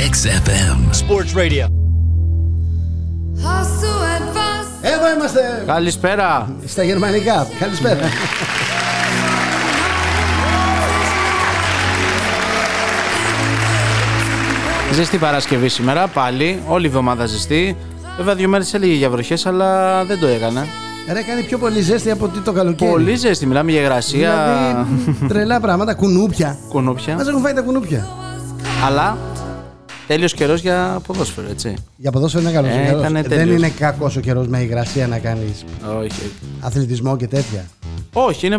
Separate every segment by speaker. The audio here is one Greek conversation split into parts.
Speaker 1: Hits FM.
Speaker 2: Sports Radio.
Speaker 3: Εδώ είμαστε
Speaker 4: Καλησπέρα.
Speaker 3: στα γερμανικά. Καλησπέρα.
Speaker 4: Ζεστή Παρασκευή σήμερα πάλι. Όλη η εβδομάδα ζεστή. Βέβαια, δύο μέρες έλεγε για βροχές, αλλά δεν το έκανα.
Speaker 3: Ρε κάνει πιο πολύ ζέστη από ότι το καλοκαίρι.
Speaker 4: Πολύ ζέστη, μιλάμε για υγρασία,
Speaker 3: Δηλαδή τρελά πράγματα, κουνούπια. Μα
Speaker 4: κουνούπια.
Speaker 3: έχουν φάει τα κουνούπια.
Speaker 4: αλλά τέλειος καιρός για ποδόσφαιρο, έτσι.
Speaker 3: Για ποδόσφαιρο είναι καλός
Speaker 4: Ε,
Speaker 3: ο
Speaker 4: ήτανε
Speaker 3: καιρό. Δεν
Speaker 4: τέλειος.
Speaker 3: είναι κακός ο καιρός με υγρασία να κάνεις
Speaker 4: Όχι.
Speaker 3: αθλητισμό και τέτοια.
Speaker 4: Όχι, είναι.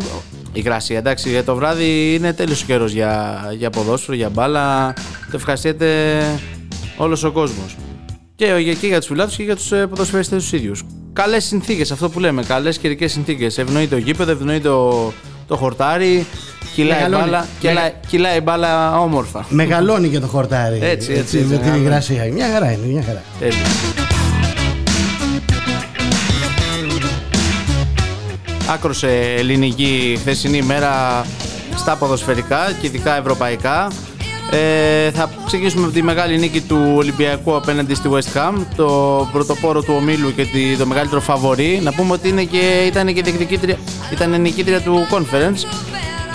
Speaker 4: Υγρασία, εντάξει, για το βράδυ είναι τέλειος καιρός για, για ποδόσφαιρο, για μπάλα. Το ευχαριστείτε όλος ο κόσμος. Και, και για τους φιλάθλους και για ε, του ποδοσφαιριστές τους ίδιους. Καλές συνθήκες, αυτό που λέμε. Καλές καιρικές συνθήκες. Ευνοεί το γήπεδο, ευνοεί το, το χορτάρι. Κυλάει η
Speaker 3: Μεγαλώνει.
Speaker 4: μπάλα, κυλάει, κυλάει η μπάλα όμορφα.
Speaker 3: Μεγαλώνει και το χορτάρι.
Speaker 4: Έτσι, έτσι, έτσι,
Speaker 3: με την
Speaker 4: μεγάλο.
Speaker 3: υγρασία. Μια χαρά είναι, μια χαρά.
Speaker 4: Τέλεια. Άκρωσε ε, ελληνική χθεσινή ημέρα στα ποδοσφαιρικά και ειδικά ευρωπαϊκά. Ε, θα ξεκινήσουμε με τη μεγάλη νίκη του Ολυμπιακού απέναντι στη West Ham, το πρωτοπόρο του ομίλου και τη- το μεγαλύτερο φαβορή. Να πούμε ότι είναι και, ήταν και διεκδικήτρια, ήταν νικήτρια του Conference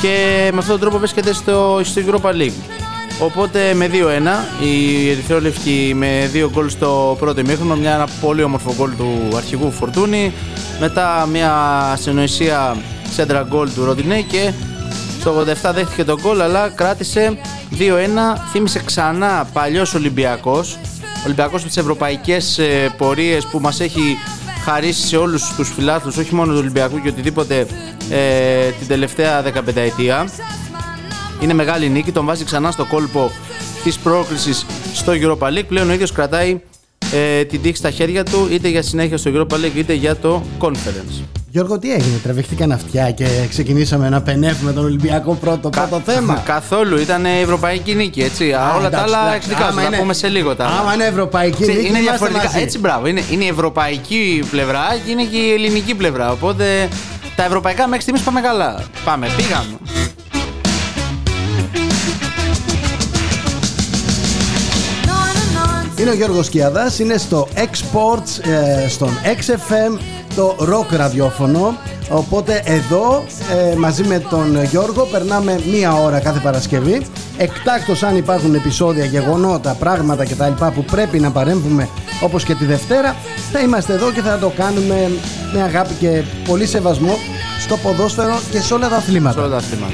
Speaker 4: και με αυτόν τον τρόπο βρίσκεται στο, στο Europa League. Οπότε με 2-1, οι Ερυθρόλευκοι με 2 γκολ στο πρώτο ημίχρονο, μια ένα πολύ όμορφο γκολ του αρχηγού Φορτούνη, μετά μια συνοησία σέντρα γκολ του Ροντινέ και στο 87 δέχτηκε τον γκολ αλλά κράτησε 2-1, θύμισε ξανά παλιός Ολυμπιακός, Ολυμπιακός με τις ευρωπαϊκές ε, πορείες που μας έχει χαρίσει σε όλους τους φιλάθλους, όχι μόνο του Ολυμπιακού και οτιδήποτε ε, την τελευταία 15 ετία. Είναι μεγάλη νίκη, τον βάζει ξανά στο κόλπο της πρόκλησης στο Europa League. Πλέον ο ίδιος κρατάει ε, την τύχη στα χέρια του είτε για συνέχεια στο Europa League είτε για το Conference.
Speaker 3: Γιώργο, τι έγινε, τραβήχτηκαν αυτιά και ξεκινήσαμε να πενεύουμε τον Ολυμπιακό πρώτο, πρώτο θέμα.
Speaker 4: Καθόλου ήταν η ευρωπαϊκή νίκη, έτσι. Α, όλα
Speaker 3: εντάξει,
Speaker 4: τα άλλα
Speaker 3: εντάξει.
Speaker 4: εκδικάζουν.
Speaker 3: Άμα
Speaker 4: Θα
Speaker 3: είναι-
Speaker 4: πούμε σε λίγο τα άλλα.
Speaker 3: Άμα είναι ευρωπαϊκή
Speaker 4: Ξέρεις,
Speaker 3: νίκη,
Speaker 4: είναι
Speaker 3: είμαστε
Speaker 4: διαφορετικά.
Speaker 3: μαζί.
Speaker 4: Έτσι, μπράβο. Είναι, είναι η ευρωπαϊκή πλευρά και είναι και η ελληνική πλευρά. Οπότε τα ευρωπαϊκά μέχρι στιγμής πάμε καλά. Πάμε, πήγαμε.
Speaker 3: Είναι ο Γιώργος Κιαδάς, είναι στο Exports, ε, στον XFM, το rock ραδιόφωνο. Οπότε εδώ ε, μαζί με τον Γιώργο περνάμε μία ώρα κάθε Παρασκευή. Εκτάκτως αν υπάρχουν επεισόδια, γεγονότα, πράγματα κτλ. που πρέπει να παρέμβουμε όπως και τη Δευτέρα θα είμαστε εδώ και θα το κάνουμε με αγάπη και πολύ σεβασμό στο ποδόσφαιρο και σε όλα τα
Speaker 4: Σε
Speaker 3: αθλήματα.
Speaker 4: όλα τα αθλήματα.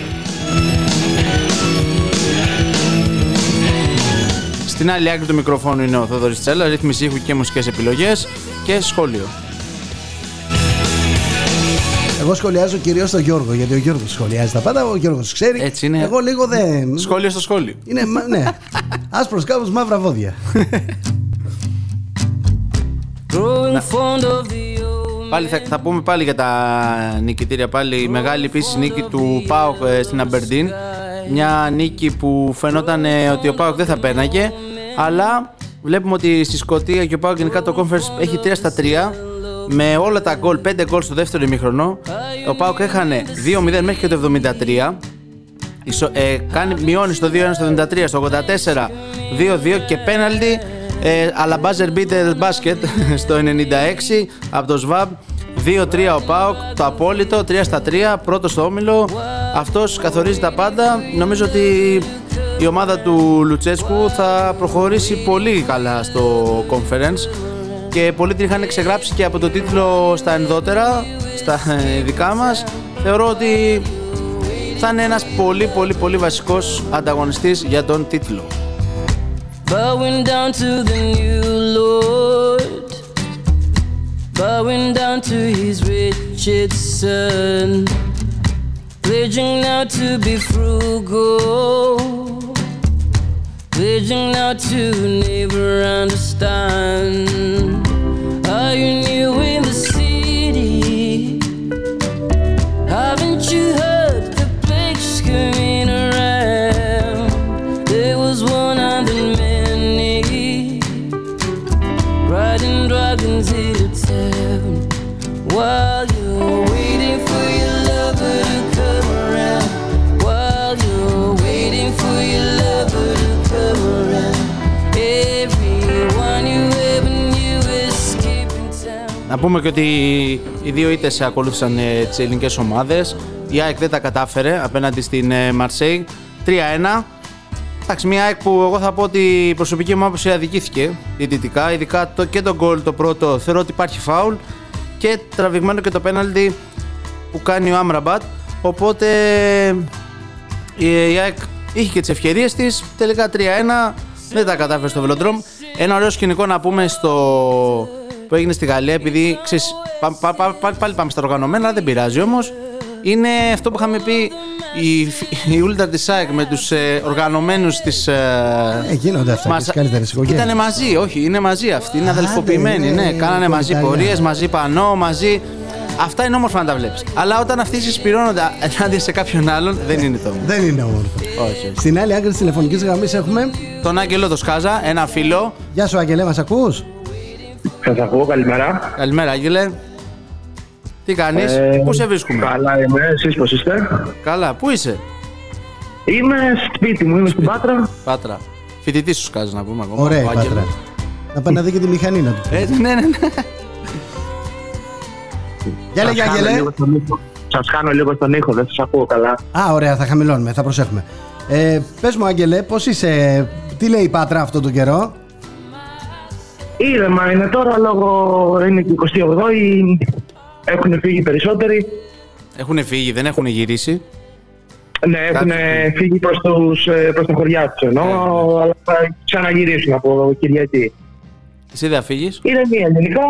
Speaker 4: Στην άλλη άκρη του μικροφόνου είναι ο Θοδωρής Τσέλας, ρύθμιση ήχου και μουσικές επιλογές και σχόλιο.
Speaker 3: Εγώ σχολιάζω κυρίως τον Γιώργο γιατί ο Γιώργος σχολιάζει τα πάντα, ο Γιώργος ξέρει.
Speaker 4: Έτσι είναι.
Speaker 3: Εγώ λίγο δεν...
Speaker 4: Σχόλιο στο σχόλιο.
Speaker 3: Είναι, μα- ναι. Άσπρος κάπως μαύρα βόδια.
Speaker 4: Πάλι θα, θα πούμε πάλι για τα νικητήρια. Πάλι η μεγάλη επίση νίκη του Πάοκ ε, στην Αμπερντίν. Μια νίκη που φαινόταν ε, ότι ο Πάοκ δεν θα πέρναγε. Αλλά βλέπουμε ότι στη Σκωτία και ο Πάοκ γενικά το conference έχει 3 στα 3. Με όλα τα γκολ, 5 γκολ στο δεύτερο ημίχρονο. Ο Πάοκ έχανε 2-0 μέχρι και το 73. Ισο- ε, κάνει, μειώνει στο 2-1 στο 73, στο 84, 2-2 και πέναλτι. Ε, αλλά buzzer beater basket στο 96 από το ΣΒΑΜ. 2-3 ο Πάοκ, το απόλυτο, 3 στα 3, πρώτος στο όμιλο. Αυτός καθορίζει τα πάντα. Νομίζω ότι η ομάδα του Λουτσέσκου θα προχωρήσει πολύ καλά στο conference και πολλοί την είχαν ξεγράψει και από το τίτλο στα ενδότερα, στα ε, δικά μας. Θεωρώ ότι θα είναι ένας πολύ πολύ πολύ βασικός ανταγωνιστής για τον τίτλο.
Speaker 5: Bowing down to the new Lord, bowing down to his wretched son, pledging now to be frugal, pledging now to never understand. Are you new in the city? Haven't you heard the plagues coming around? There was one and then many riding dragons here to town. While you're waiting for your lover to come around, while you're waiting for your lover to come around, yeah.
Speaker 4: Να πούμε και ότι οι δύο ήττες ακολούθησαν ε, τις ελληνικές ομάδες. Η ΑΕΚ δεν τα κατάφερε απέναντι στην ε, Μαρσέη. 3-1. Εντάξει, μια ΑΕΚ που εγώ θα πω ότι η προσωπική μου άποψη αδικήθηκε διαιτητικά. Ειδικά το, και το γκολ το πρώτο θεωρώ ότι υπάρχει φάουλ και τραβηγμένο και το πέναλτι που κάνει ο Άμραμπατ. Οπότε η η ΑΕΚ είχε και τις ευκαιρίες της. Τελικά 3-1. Δεν τα κατάφερε στο βελοντρόμ. Ένα ωραίο σκηνικό να πούμε στο... που έγινε στη Γαλλία, επειδή ξέρεις, πα- πα- πα- πα- πάλι πάμε στα οργανωμένα, δεν πειράζει όμως. Είναι αυτό που είχαμε πει η, η Ούλτα της ΑΕΚ με τους ε, οργανωμένους της.
Speaker 3: Ε, γίνονται αυτά και στις καλύτερες οικογένειες.
Speaker 4: Ήταν μαζί, όχι, είναι μαζί αυτοί. Είναι
Speaker 3: Άντε,
Speaker 4: αδελφοποιημένοι.
Speaker 3: ναι,
Speaker 4: Ναι,
Speaker 3: είναι
Speaker 4: κάνανε μαζί
Speaker 3: Ιταλία.
Speaker 4: πορείες, μαζί πανό, μαζί. Αυτά είναι όμορφα να τα βλέπεις. Αλλά όταν αυτοί συσπηρώνονται ενάντια σε κάποιον άλλον, δεν είναι το όμορφο.
Speaker 3: Δεν είναι όμορφο.
Speaker 4: Όχι. όχι.
Speaker 3: Στην άλλη άκρη της τηλεφωνικής γραμμής έχουμε.
Speaker 4: Τον Άγγελο το σκάζα, ένα φίλο.
Speaker 3: Γεια σου, Άγγελε, μας ακούς.
Speaker 1: Σας ακούω, καλημέρα.
Speaker 4: Καλημέρα, Άγγελε. Τι κάνεις,
Speaker 1: Ε,
Speaker 4: πού σε βρίσκουμε.
Speaker 1: Καλά είμαι, εσείς πώς είστε.
Speaker 4: Καλά, πού είσαι,
Speaker 1: Είμαι σπίτι μου, είμαι στην Πάτρα.
Speaker 4: Πάτρα. Φοιτητής σου σκάζα να πούμε ακόμα.
Speaker 3: Ωραία, η
Speaker 4: ο Άγγελος.
Speaker 3: Πάτρα. Να πάει να δει και τη μηχανή να του.
Speaker 4: Ε, ναι, ναι, ναι.
Speaker 3: Γεια λέγε, Άγγελε.
Speaker 1: Σας χάνω λίγο στον ήχο, δεν σας ακούω καλά.
Speaker 3: Α, ωραία, θα χαμηλώνουμε, θα προσέχουμε. Ε, Πες μου, Άγγελε, πώς είσαι, τι λέει η Πάτρα αυτόν τον καιρό.
Speaker 1: Ήρεμα είναι τώρα λόγω είναι και 28η. Έχουν φύγει περισσότεροι.
Speaker 4: Έχουν φύγει, δεν έχουν γυρίσει.
Speaker 1: Ναι, έχουν
Speaker 4: Κάτι.
Speaker 1: φύγει προς, τους, ε, προς τα χωριά τους ενώ, αλλά θα ξαναγυρίσουν από Κυριακή.
Speaker 4: Εσύ δεν φύγεις.
Speaker 1: Είναι μία ελληνικά.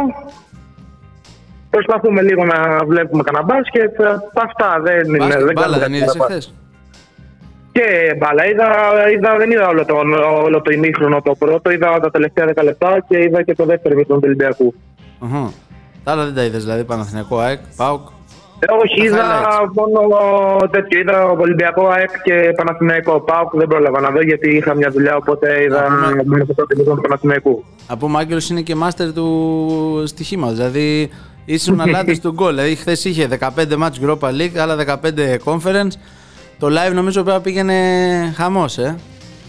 Speaker 1: Προσπαθούμε λίγο να βλέπουμε κανένα μπάσκετ. ε, Αυτά δεν είναι. Ναι, δεν
Speaker 4: Μπάλα δεν
Speaker 1: κάνουμε κάτι
Speaker 4: είδε
Speaker 1: παραπάνω.
Speaker 4: εχθέ.
Speaker 1: Και μπάλα. Είδα, είδα, δεν είδα όλο το, όλο το ημίχρονο το πρώτο. Είδα τα τελευταία 10 λεπτά και είδα και το δεύτερο με τον Ολυμπιακού.
Speaker 4: Αχα. Τα άλλα δεν τα είδες, δηλαδή Παναθηναϊκό, ΑΕΚ, ΠΑΟΚ.
Speaker 1: Ε, Όχι,
Speaker 4: Τα
Speaker 1: είδα
Speaker 4: highlights.
Speaker 1: μόνο τέτοιο. Είδα Ολυμπιακό ΑΕΚ και Παναθηναϊκό. Πάω δεν πρόλαβα να δω γιατί είχα μια δουλειά. Οπότε είδα
Speaker 4: πούμε.
Speaker 1: μόνο το πρώτο ημίχρονο του Παναθηναϊκού.
Speaker 4: Να πούμε, Άγγελος είναι και μάστερ του στοιχήματο. Δηλαδή, ήσουν αλάτι του γκολ. Δηλαδή, χθες είχε 15 match Europa League, άλλα 15 conference. Το live νομίζω πρέπει να πήγαινε χαμός, ε.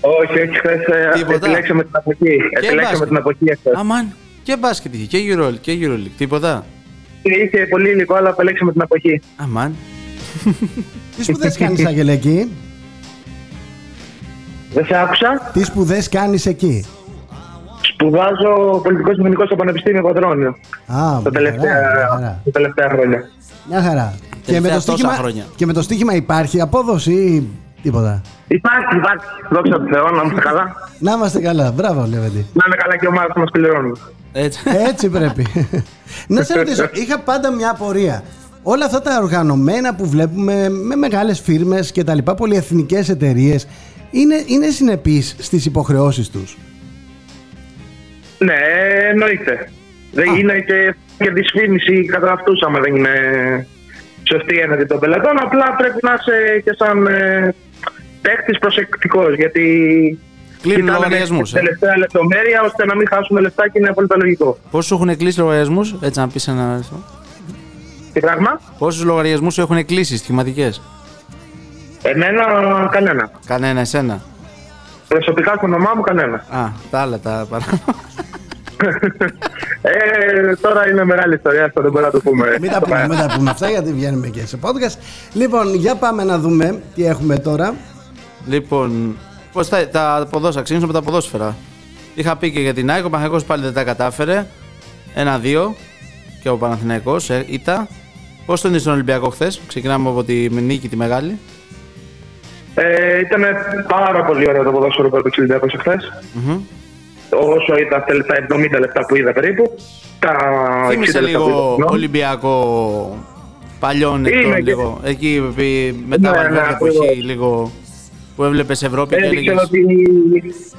Speaker 1: Όχι, όχι, χθες
Speaker 4: Τίποτα.
Speaker 1: επιλέξαμε την εποχή. Επιλέξαμε
Speaker 4: μπάσκετ.
Speaker 1: την εποχή χθες.
Speaker 4: Αμάν, και μπάσκετ είχε, και EuroLeague, και EuroLeague. Τίποτα.
Speaker 1: Ε, Είχε πολύ υλικό, αλλά επιλέξαμε την εποχή.
Speaker 4: Αμάν.
Speaker 3: Τι σπουδές κάνεις, Άγγελε, εκεί.
Speaker 1: Δεν σε άκουσα.
Speaker 3: Τι σπουδές κάνεις εκεί.
Speaker 1: Σπουδάζω πολιτικό μηχανικό στο Πανεπιστήμιο Πατρώνιο.
Speaker 3: Α,
Speaker 1: Τα
Speaker 4: ναι,
Speaker 3: μια χαρά, μια χαρά.
Speaker 1: τελευταία, τα τελευταία χρόνια.
Speaker 3: Μια χαρά. Και με,
Speaker 4: Τελευταία
Speaker 3: το
Speaker 4: τόσα
Speaker 3: στοίχημα,
Speaker 4: χρόνια.
Speaker 3: και με το στοίχημα υπάρχει απόδοση ή τίποτα.
Speaker 1: Υπάρχει, υπάρχει. Δόξα τω Θεώ, να είμαστε καλά.
Speaker 3: Να είμαστε καλά. Μπράβο, Λεβέντι.
Speaker 1: Να είναι καλά και η ομάδα που μας πληρώνει.
Speaker 4: Έτσι.
Speaker 3: Έτσι πρέπει. να σε ρωτήσω, είχα πάντα μια απορία. Όλα αυτά τα οργανωμένα που βλέπουμε με μεγάλες φίρμες και τα λοιπά, πολυεθνικές εταιρείες, είναι, είναι συνεπείς στις υποχρεώσεις τους.
Speaker 1: Ναι, εννοείται. Δεν είναι και, και δυσφήμιση κατά αυτού, άμα δεν είναι σωστή έναντι των πελατών. Απλά πρέπει να είσαι και σαν ε, παίχτη προσεκτικός. Γιατί
Speaker 4: Κλείνουν
Speaker 1: κοιτάνε
Speaker 4: λογαριασμούς,
Speaker 1: την
Speaker 4: ε.
Speaker 1: τελευταία λεπτομέρεια ώστε να μην χάσουμε λεφτά και είναι απόλυτα λογικό.
Speaker 4: Πόσου έχουν κλείσει λογαριασμούς, έτσι να πεις ένα αριθμό.
Speaker 1: Τι πράγμα,
Speaker 4: Πόσους λογαριασμούς έχουν κλείσει στοιχηματικέ.
Speaker 1: εμένα κανένα.
Speaker 4: Κανένα, εσένα.
Speaker 1: Προσωπικά στο όνομά μου κανένα.
Speaker 4: Α, τα άλλα τα παράνομα.
Speaker 1: Ε, τώρα είναι μεγάλη ιστορία, αυτό δεν μπορώ να το πούμε.
Speaker 3: Ε, Μην τα πούμε, μην τα πούμε αυτά γιατί βγαίνουμε και σε podcast. Λοιπόν, για πάμε να δούμε τι έχουμε τώρα.
Speaker 4: Λοιπόν, πώς θα, τα ποδόσφαιρα, ξεκινήσουμε με τα ποδόσφαιρα. Είχα πει και για την ΑΕΚ, ο Παναθηναϊκός πάλι δεν τα κατάφερε. Ένα-δύο και ο Παναθηναϊκός ε, ήταν. Πώς τον είδες τον Ολυμπιακό χθες, ξεκινάμε από τη νίκη τη μεγάλη.
Speaker 1: Ε, ήταν πάρα πολύ ωραίο το ποδόσφαιρο που έπαιξε ο Ολυμπιακός εχθες.
Speaker 4: Μμμ.
Speaker 1: Όσο ήταν αυτά τα 70 λεπτά που είδα περίπου. Τα 60
Speaker 4: Θύμισε
Speaker 1: λεπτά που
Speaker 4: λίγο
Speaker 1: είδα.
Speaker 4: Ολυμπιακό παλιών
Speaker 1: Είναι
Speaker 4: ετών
Speaker 1: και-
Speaker 4: λίγο. Εκεί επί- μετά
Speaker 1: Ναι,
Speaker 4: από την
Speaker 1: ναι,
Speaker 4: εποχή
Speaker 1: ακριβώς.
Speaker 4: λίγο που έβλεπες Ευρώπη και
Speaker 1: Έδειξε
Speaker 4: έλεγες
Speaker 1: ότι,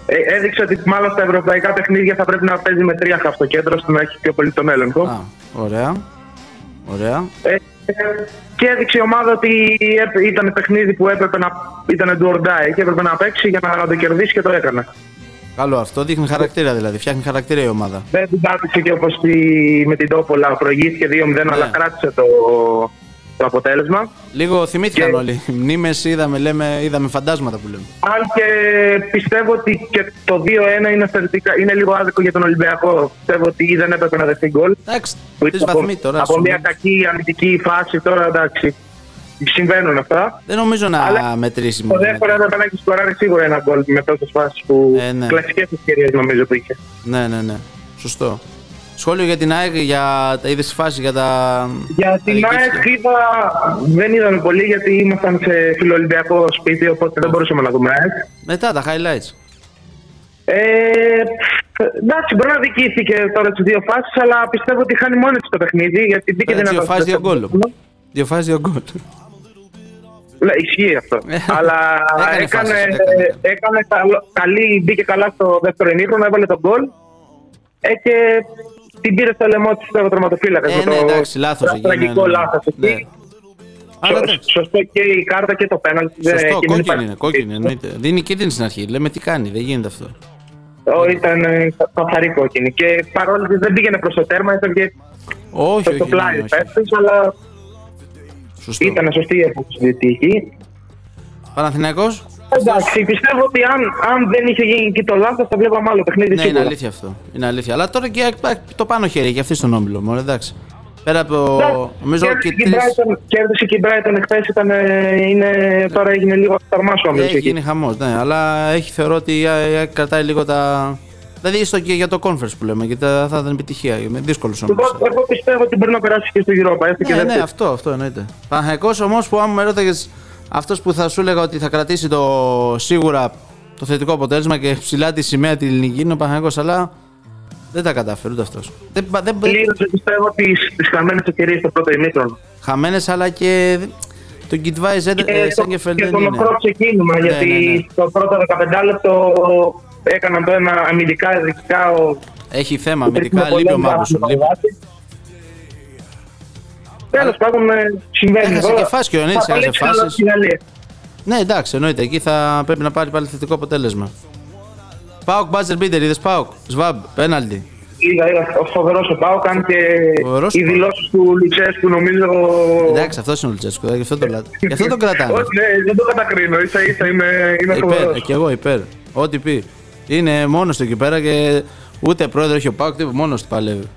Speaker 1: ε, έδειξε ότι μάλλον στα ευρωπαϊκά παιχνίδια θα πρέπει να παίζει με τρία χαφ στο κέντρο ώστε να έχει πιο πολύ τον έλεγχο.
Speaker 4: Α, ωραία. Ωραία.
Speaker 1: Ε, και έδειξε η ομάδα ότι έπ- ήταν παιχνίδι που έπρεπε να ήταν του Ορντάι και έπρεπε να παίξει για να το κερδίσει και το έκανε.
Speaker 4: Καλό αυτό. Δείχνει χαρακτήρα δηλαδή. Φτιάχνει χαρακτήρα η ομάδα. Ναι.
Speaker 1: Δεν την πάτησε και όπως με την Τόπολα προηγήθηκε 2-0, αλλά κράτησε το, το αποτέλεσμα.
Speaker 4: Λίγο θυμήθηκαν
Speaker 1: Και-
Speaker 4: όλοι. Μνήμες είδαμε, λέμε, είδαμε φαντάσματα που λέμε.
Speaker 1: Αν και πιστεύω ότι και το 2-1 είναι, θεωρητικά- είναι λίγο άδικο για τον Ολυμπιακό. Πιστεύω ότι δεν έπρεπε να δεχτεί γκολ.
Speaker 4: Εντάξει,
Speaker 1: Που
Speaker 4: τρει
Speaker 1: ήταν από-
Speaker 4: βαθμοί τώρα.
Speaker 1: Από
Speaker 4: σου
Speaker 1: μια
Speaker 4: λέω.
Speaker 1: κακή αμυντική φάση τώρα εντάξει. Συμβαίνουν αυτά.
Speaker 4: Δεν νομίζω να
Speaker 1: Αλλά-
Speaker 4: μετρήσει.
Speaker 1: Το
Speaker 4: μόνο
Speaker 1: δεύτερο
Speaker 4: με-
Speaker 1: έπρεπε να έχει σκοράρει σίγουρα ένα γκολ με τόσες φάσεις που.
Speaker 4: Ε, ναι.
Speaker 1: Κλασικές ευκαιρίες νομίζω που είχε.
Speaker 4: Ναι, ναι, ναι. Σωστό. Σχόλιο για την ΑΕΚ, για τα είδες φάση, για τα.
Speaker 1: Για την
Speaker 4: τα
Speaker 1: ΑΕΚ
Speaker 4: δικαιούχα.
Speaker 1: είδα, δεν είδαμε πολύ γιατί ήμασταν σε φιλοολυμπιακό σπίτι, οπότε δεν μπορούσαμε να δούμε ε. ΑΕΚ.
Speaker 4: Μετά τα highlights.
Speaker 1: Ε, εντάξει, μπορεί να δικήθηκε τώρα τις δύο φάσεις, αλλά πιστεύω ότι χάνει μόνη της το παιχνίδι. Γιατί μπήκε
Speaker 4: Πέρα δύο
Speaker 1: δυνατά στο
Speaker 4: φάσει, δύο γκολ.
Speaker 1: δεύτερο
Speaker 4: Δύο φάσεις, δύο γκολ.
Speaker 1: Ναι, ισχύει αυτό.
Speaker 4: Ε,
Speaker 1: αλλά
Speaker 4: έκανε
Speaker 1: έκανε, ε,
Speaker 4: φάσεις, έκανε.
Speaker 1: έκανε καλό- καλή, μπήκε καλά στο δεύτερο ημίχρονο, έβαλε τον γκολ. Ε, και την πήρε στο λαιμό της ο τερματοφύλακας.
Speaker 4: Ε,
Speaker 1: με
Speaker 4: ναι,
Speaker 1: το
Speaker 4: εντάξει, ναι, λάθο.
Speaker 1: Τραγικό λάθο.
Speaker 4: Αλλά εντάξει.
Speaker 1: Σωστό και η κάρτα Ναι, και το πέναλτι. ε, δεν-
Speaker 4: Σωστό,
Speaker 1: εκεί δεν
Speaker 4: κόκκινη
Speaker 1: υπάρχει
Speaker 4: είναι, κόκκινη ναι. εννοείται. Δίνει κίνδυνη στην αρχή. Λέμε τι κάνει, δεν γίνεται αυτό.
Speaker 1: Ω, ήταν ε, κα- καθαρή κόκκινη. Και παρόλο που δεν πήγαινε προς το τέρμα, έφευγε
Speaker 4: Όχι,
Speaker 1: στο
Speaker 4: όχι.
Speaker 1: το
Speaker 4: ναι, ναι,
Speaker 1: πλάι
Speaker 4: όχι.
Speaker 1: παίχτη, αλλά
Speaker 4: Σωστό.
Speaker 1: ήταν σωστή η απόφαση του διαιτητή.
Speaker 4: Παναθηναϊκός,
Speaker 1: Εντάξει, πιστεύω ότι αν, αν δεν είχε γίνει εκεί το λάθος, θα βλέπαμε άλλο παιχνίδι.
Speaker 4: Ναι, είναι
Speaker 1: σίγουρα.
Speaker 4: αλήθεια αυτό. Είναι αλήθεια. Αλλά τώρα και η ΑΕΚ πάει το πάνω χέρι για αυτή στον όμιλο. Μόνο εντάξει. Πέρα από. Νομίζω
Speaker 1: Κέρδισε
Speaker 4: και
Speaker 1: η
Speaker 4: τρεις.
Speaker 1: Brighton- Κέρδισε και η Brighton εχθές, ήταν, ε, είναι, τώρα έγινε λίγο αυθαρμάς ο όμιλος
Speaker 4: Έχει
Speaker 1: εκεί.
Speaker 4: γίνει χαμός, ναι. Αλλά έχει θεωρώ ότι η ΑΕΚ κρατάει λίγο τα. Δηλαδή έστω και για το conference που λέμε, γιατί θα ήταν επιτυχία. Με δύσκολο όμως.
Speaker 1: Εγώ, εγώ πιστεύω ότι μπορεί να περάσει και στο Europa, έστω Λοιπόν, και
Speaker 4: Ναι,
Speaker 1: δεύτερη.
Speaker 4: ναι, αυτό, αυτό εννοείται. Παναγιακό όμως που αν με ρώταγες αυτός που θα σου έλεγα ότι θα κρατήσει το σίγουρα το θετικό αποτέλεσμα και ψηλά τη σημαία την ελληνική είναι ο Παναγιακό, αλλά δεν τα κατάφερε ούτε αυτός. Δεν, πα- δεν,
Speaker 1: Κλείνωσε, πιστεύω, τις, τις χαμένες ευκαιρίες στο πρώτο ημίχρονο.
Speaker 4: Χαμένες αλλά και τον Κιτβάη Ζεν- ε,
Speaker 1: το-
Speaker 4: Σέγκεφελ
Speaker 1: και
Speaker 4: δεν
Speaker 1: το
Speaker 4: είναι.
Speaker 1: μικρό ξεκίνημα,
Speaker 4: Ναι,
Speaker 1: γιατί
Speaker 4: ναι, ναι.
Speaker 1: στο πρώτο 15 λεπτό έκαναν το ένα αμυντικά, ειδικά ο
Speaker 4: Έχει θέμα,
Speaker 1: Τρίτης με
Speaker 4: αμυντικά λείπει ο
Speaker 1: πολλές
Speaker 4: Μάγουσον.
Speaker 1: βάσεις
Speaker 4: λείπει.
Speaker 1: να βάζει. Τέλος πάντων, ε, συμβαίνει.
Speaker 4: Έχασε
Speaker 1: τώρα.
Speaker 4: και φάσκιο, ναι,
Speaker 1: Θα
Speaker 4: έχασε
Speaker 1: παλέψει καλά
Speaker 4: φάσεις.
Speaker 1: στη Γαλλία.
Speaker 4: Ναι, εντάξει, εννοείται. Εκεί θα πρέπει να πάρει πάλι θετικό αποτέλεσμα. Πάοκ Μπάζερ Μπίτερ, είδες Πάοκ. Σβάμπ, πέναλτι.
Speaker 1: Είδα, είδα ο φοβερός ο Πάοκ, αν και
Speaker 4: Φοβερός ο
Speaker 1: οι
Speaker 4: Πάοκ.
Speaker 1: δηλώσεις του Λουτσέσκου νομίζω.
Speaker 4: Εντάξει, αυτός είναι ο Λουτσέσκο. Γι' αυτό τον, λα- γι' αυτό τον κρατάμε.
Speaker 1: Όχι, ναι, δεν το κατακρίνω. σα ίσα είναι, είναι φοβερό.
Speaker 4: υπέρ, κι εγώ υπέρ. Ό,τι πει. Είναι μόνος του εκεί πέρα και ούτε πρόεδρο έχει ο Πάοκ, τίποτα. Μόνος του παλεύει.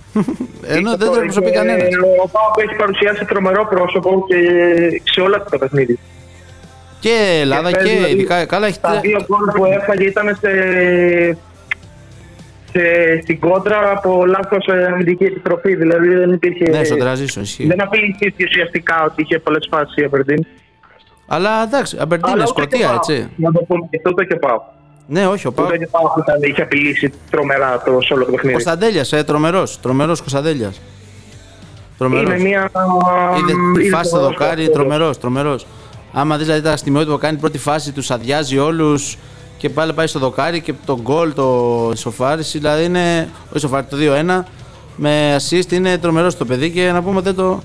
Speaker 4: Ενώ δεν τον εκπροσωπεί κανένα.
Speaker 1: ε, Ο Πάοκ έχει παρουσιάσει τρομερό πρόσωπο και σε όλα αυτά τα παιχνίδια.
Speaker 4: Και Ελλάδα
Speaker 1: παίζει,
Speaker 4: και
Speaker 1: δηλαδή,
Speaker 4: ειδικά. Καλά, έχει
Speaker 1: Τα
Speaker 4: τρία-
Speaker 1: δύο γκολ που έφαγε ήταν σε, σε, στην κόντρα από λάθος αμυντική επιτροπή. Δηλαδή δεν υπήρχε.
Speaker 4: Ναι, στον τραζίσιο ισχύει.
Speaker 1: δεν απειλήθηκε ουσιαστικά ότι είχε πολλές φάσεις η Απερντίν.
Speaker 4: Αλλά εντάξει, Αμπερντίν, Σκοτία, έτσι.
Speaker 1: Να το πούμε και αυτό και πάω.
Speaker 4: Ναι, όχι, ο Πάοκ.
Speaker 1: Ούτε και πάω που ήταν, είχε απειλήσει τρομερά το σε όλο το παιχνίδι.
Speaker 4: Κωνσταντέλιας, ε, τρομερός. Τρομερός Κωνσταντέλιας. Τρομερός.
Speaker 1: Είναι μια.
Speaker 4: Είδε τη
Speaker 1: είδε
Speaker 4: φάση
Speaker 1: το
Speaker 4: στο
Speaker 1: δόξα
Speaker 4: δοκάρι,
Speaker 1: αυτό.
Speaker 4: τρομερός, τρομερός. Άμα δεις δηλαδή τα στιγμιότυπα που κάνει πρώτη φάση, τους αδειάζει όλους και πάλι πάει στο δοκάρι και το γκολ, το ισοφάριση. Δηλαδή είναι. Ο ισοφάρι το 2-1 με assist είναι τρομερός το παιδί και να πούμε δεν το.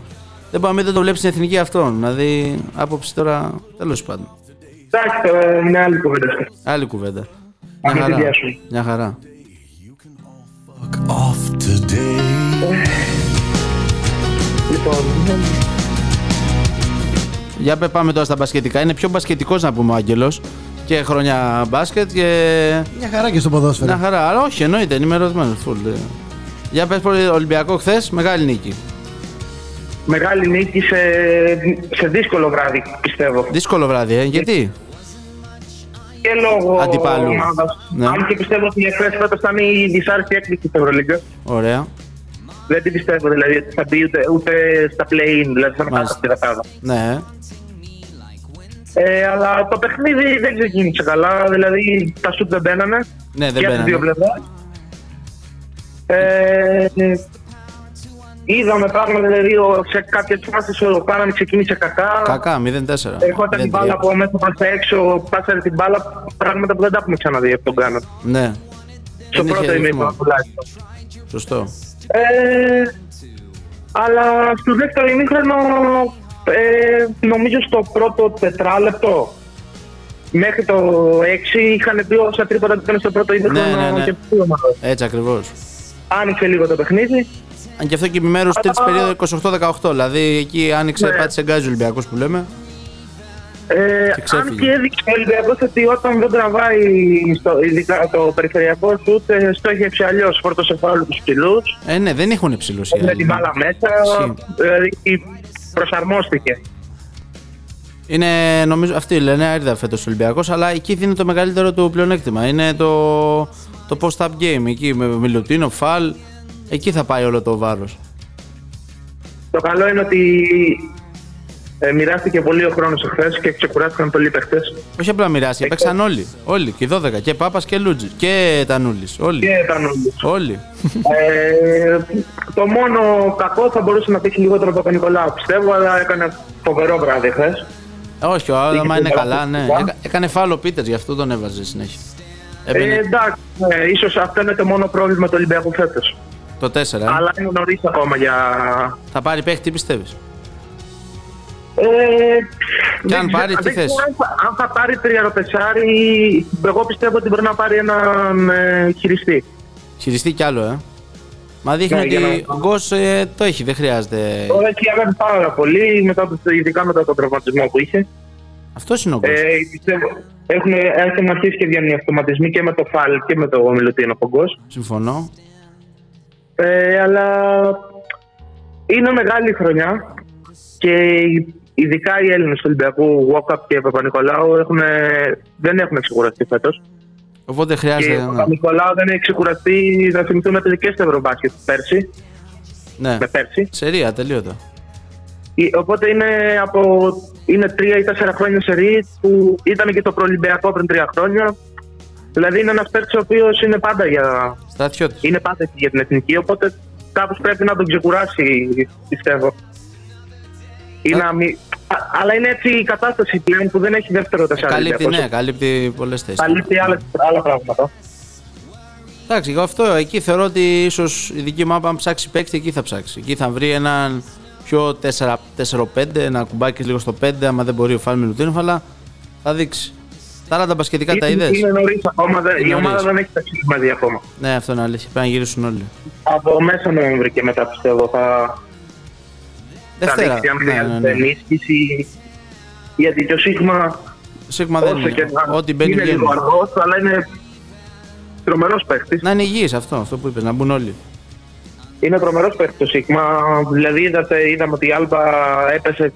Speaker 4: Δεν πάμε, δεν το βλέπεις στην εθνική αυτόν. Δηλαδή, άποψη τώρα. Τέλος πάντων.
Speaker 1: Εντάξει, τώρα είναι άλλη κουβέντα.
Speaker 4: Άλλη κουβέντα.
Speaker 1: Πάμε
Speaker 4: Μια
Speaker 1: στη
Speaker 4: χαρά.
Speaker 1: διάσωση.
Speaker 4: Μια χαρά.
Speaker 2: off today.
Speaker 1: Λοιπόν,
Speaker 4: Για πε πάμε τώρα στα μπασκετικά. Είναι πιο μπασκετικός να πούμε ο Άγγελος. Και χρόνια μπάσκετ και.
Speaker 3: Μια χαρά και στο ποδόσφαιρο.
Speaker 4: Μια χαρά. Αλλά όχι, εννοείται, ενημερωμένος. Φουλ. ε. Για πες Ολυμπιακό χθες, μεγάλη νίκη.
Speaker 1: μεγάλη νίκη σε, σε δύσκολο βράδυ, πιστεύω.
Speaker 4: Δύσκολο βράδυ, ε. γιατί.
Speaker 1: Και λόγω
Speaker 4: Αντιπάλου.
Speaker 1: ομάδας.
Speaker 4: Ναι.
Speaker 1: Αν και πιστεύω ότι η Εκφρέση φέτος θα είναι η δυσάρεστη έκπληξη στην Ευρωλίγκα.
Speaker 4: Ωραία.
Speaker 1: Δεν την πιστεύω δηλαδή ότι θα μπει ούτε, ούτε στα play-in, δηλαδή θα είναι κάτω
Speaker 4: Μάλιστα.
Speaker 1: από τη δεκάδα.
Speaker 4: Ναι.
Speaker 1: Ε, αλλά το παιχνίδι δεν ξεκίνησε καλά, δηλαδή τα σουτ δεν μπαίνανε.
Speaker 4: Ναι, δεν
Speaker 1: και από
Speaker 4: μπαίνανε.
Speaker 1: τις δύο πλευρές. Ε, είδαμε πράγματα, δηλαδή ο- σε κάποιες φάσεις ο Πάναμι ξεκίνησε κακά.
Speaker 4: Κακά, 0-4.
Speaker 1: Ερχόταν
Speaker 4: 0-3.
Speaker 1: την μπάλα από μέσα προς τα έξω, πάσαρε την μπάλα, πράγματα που δεν τα έχουμε ξαναδεί από τον Κάνο.
Speaker 4: Ναι.
Speaker 1: Στο
Speaker 4: Δεν είχε
Speaker 1: πρώτο
Speaker 4: ρυθμό.
Speaker 1: ημίχρονο τουλάχιστον.
Speaker 4: Σωστό.
Speaker 1: Ε, αλλά στο δεύτερο ημίχρονο, ε, νομίζω στο πρώτο τετράλεπτο μέχρι το 6 είχαν πει όσα τρίποτα που ήταν στο πρώτο ημίχρονο
Speaker 4: Ναι, ναι, ναι.
Speaker 1: και πιο ομάδα.
Speaker 4: Έτσι ακριβώς.
Speaker 1: Άνοιξε λίγο το παιχνίδι.
Speaker 4: Αν και αυτό και επιμέρους τρίτη περίοδο 28-18. Δηλαδή εκεί άνοιξε,
Speaker 1: Ναι.
Speaker 4: πάτησε γκάζι ο Ολυμπιακός που λέμε.
Speaker 1: Ε,
Speaker 4: Και ξέφυγε.
Speaker 1: αν και έδειξε ο Ολυμπιακός ότι όταν δεν τραβάει στο, ειδικά το περιφερειακός σου, ε, στόχευσε αλλιώς πρωτοσεφάλου τους ψηλούς,
Speaker 4: Ε, ναι, δεν έχουν υψηλού.
Speaker 1: με την μπάλα μέσα.
Speaker 4: Ισχύει.
Speaker 1: Δηλαδή προσαρμόστηκε.
Speaker 4: Είναι, νομίζω, αυτοί λένε άριδα φέτος ο Ολυμπιακός, αλλά εκεί δίνει το μεγαλύτερο του πλεονέκτημα. Είναι το, το post-up game. Εκεί με Μιλουτίνο, Φαλ. Εκεί θα πάει όλο το βάρος.
Speaker 1: Το καλό είναι ότι ε, μοιράστηκε πολύ ο χρόνος εχθές και ξεκουράστηκαν πολλοί παίχτε.
Speaker 4: Όχι απλά μοιράσει,
Speaker 1: Εκτός.
Speaker 4: παίξαν όλοι. Όλοι. Και οι 12. Και Πάπας και Λούτζι. Και Τανούλη. Όλοι.
Speaker 1: Και ήταν όλοι.
Speaker 4: Όλοι.
Speaker 1: Ε, το μόνο κακό θα μπορούσε να πέσει λιγότερο από τον Νικολάου, πιστεύω, αλλά έκανε φοβερό βράδυ χθες.
Speaker 4: Όχι, ο
Speaker 1: Είχε
Speaker 4: Άδαμα είναι
Speaker 1: την
Speaker 4: καλά, ναι.
Speaker 1: παρακολουθία.
Speaker 4: Έκα- Έκανε φάλο Πίτερ, γι' αυτό τον έβαζε συνέχεια.
Speaker 1: Ε,
Speaker 4: Έμπαινε
Speaker 1: εντάξει, ναι, ίσως αυτό είναι το μόνο πρόβλημα του Ολυμπιακού φέτος.
Speaker 4: το 4. ε.
Speaker 1: Αλλά είναι νωρίς ακόμα για.
Speaker 4: Θα πάρει παίχτη, πιστεύεις.
Speaker 1: Ε, δεν
Speaker 4: αν
Speaker 1: ξέρω-
Speaker 4: πάρει, τι
Speaker 1: δεν
Speaker 4: θες?
Speaker 1: ξέρω Αν, θα- αν θα πάρει τριαροπεσάρι, εγώ πιστεύω ότι μπορεί να πάρει έναν ε, χειριστή.
Speaker 4: Χειριστεί κι άλλο, ε. Μα δείχνει
Speaker 1: Ναι, για
Speaker 4: ότι
Speaker 1: να-
Speaker 4: ο Γκος ε, το έχει, δεν χρειάζεται.
Speaker 1: Ο Ρέκιαβεν πάρα πολύ, μετά, το- ειδικά μετά τον τραυματισμό που είχε.
Speaker 4: Αυτός είναι ο Γκος.
Speaker 1: Ε, πιστεύω, έχουν, έχουν αρχίσει και βγαίνουν οι αυτοματισμοί και με το Φαλ και με το Μιλουτίνο Πογκός.
Speaker 4: Συμφωνώ.
Speaker 1: Ε, αλλά είναι μεγάλη χρονιά και ειδικά οι Έλληνες του Ολυμπιακού, Walkup και Παπα-Νικολάου, έχουν, δεν έχουν ξεκουραστεί φέτος.
Speaker 4: Οπότε
Speaker 1: Και
Speaker 4: χρειάζεται.
Speaker 1: ο
Speaker 4: ναι.
Speaker 1: Παπα-Νικολάου δεν έχει ξεκουραστεί, να θυμηθούμε τελικέ στο Ευρωμπάσκετ πέρσι.
Speaker 4: Ναι.
Speaker 1: Με πέρσι.
Speaker 4: Σερία, τελείωτα.
Speaker 1: Ε, Οπότε είναι, από, είναι τρία ή τέσσερα χρόνια σε ρί που ήταν και το προελυμπιακό πριν τρία χρόνια. Δηλαδή είναι ένας παίκτης ο οποίος είναι πάντα για,
Speaker 4: Στρατιώτη.
Speaker 1: είναι πάντα εκεί για την εθνική, οπότε κάπως πρέπει να τον ξεκουράσει, πιστεύω. Ή
Speaker 4: Ε.
Speaker 1: να μη- Α- Αλλά είναι έτσι η κατάσταση πλέον που δεν έχει δεύτερο τεσσάρι.
Speaker 4: Καλύπτει,
Speaker 1: Ολυμπιακός.
Speaker 4: ναι, καλύπτει πολλές θέσεις.
Speaker 1: Καλύπτει άλλα, άλλα πράγματα.
Speaker 4: Εντάξει, εγώ αυτό εκεί θεωρώ ότι ίσως η δική μου άμα αν ψάξει παίκτη, εκεί θα ψάξει. Εκεί θα βρει έναν πιο 4-5, ένα κουμπάκι λίγο στο 5, άμα δεν μπορεί ο Φάλ Μιλουτίνοφ, αλλά θα δείξει. Τα άλλα τα μπασκετικά τα
Speaker 1: Είναι-
Speaker 4: είδες.
Speaker 1: Είναι νωρίς ακόμα, δεν- η
Speaker 4: Είναι
Speaker 1: ομάδα
Speaker 4: νωρίς.
Speaker 1: δεν έχει ταξίδι μαζί ακόμα.
Speaker 4: Ναι, αυτό είναι αλήθεια. Πρέπει να γυρίσουν όλοι.
Speaker 1: Από μέσα Νοέμβρη και μετά πιστεύω θα, θα
Speaker 4: Δευτέρα.
Speaker 1: δείξει αν
Speaker 4: Ναι, ναι,
Speaker 1: χρειάζεται
Speaker 4: ναι.
Speaker 1: ενίσχυση. Γιατί το Σίγμα
Speaker 4: Σίγμα δεν
Speaker 1: όσο και
Speaker 4: είναι.
Speaker 1: να
Speaker 4: Ό,τι μπαίνει
Speaker 1: είναι λίγο
Speaker 4: βγαίνει.
Speaker 1: αργός, αλλά είναι τρομερός παίχτης.
Speaker 4: Να είναι υγιής αυτό, αυτό που είπες, να μπουν όλοι. Ναι.
Speaker 1: Είναι τρομερός παίχτης το Σίγμα. Δηλαδή είδατε, είδαμε ότι η Άλμπα έπεσε,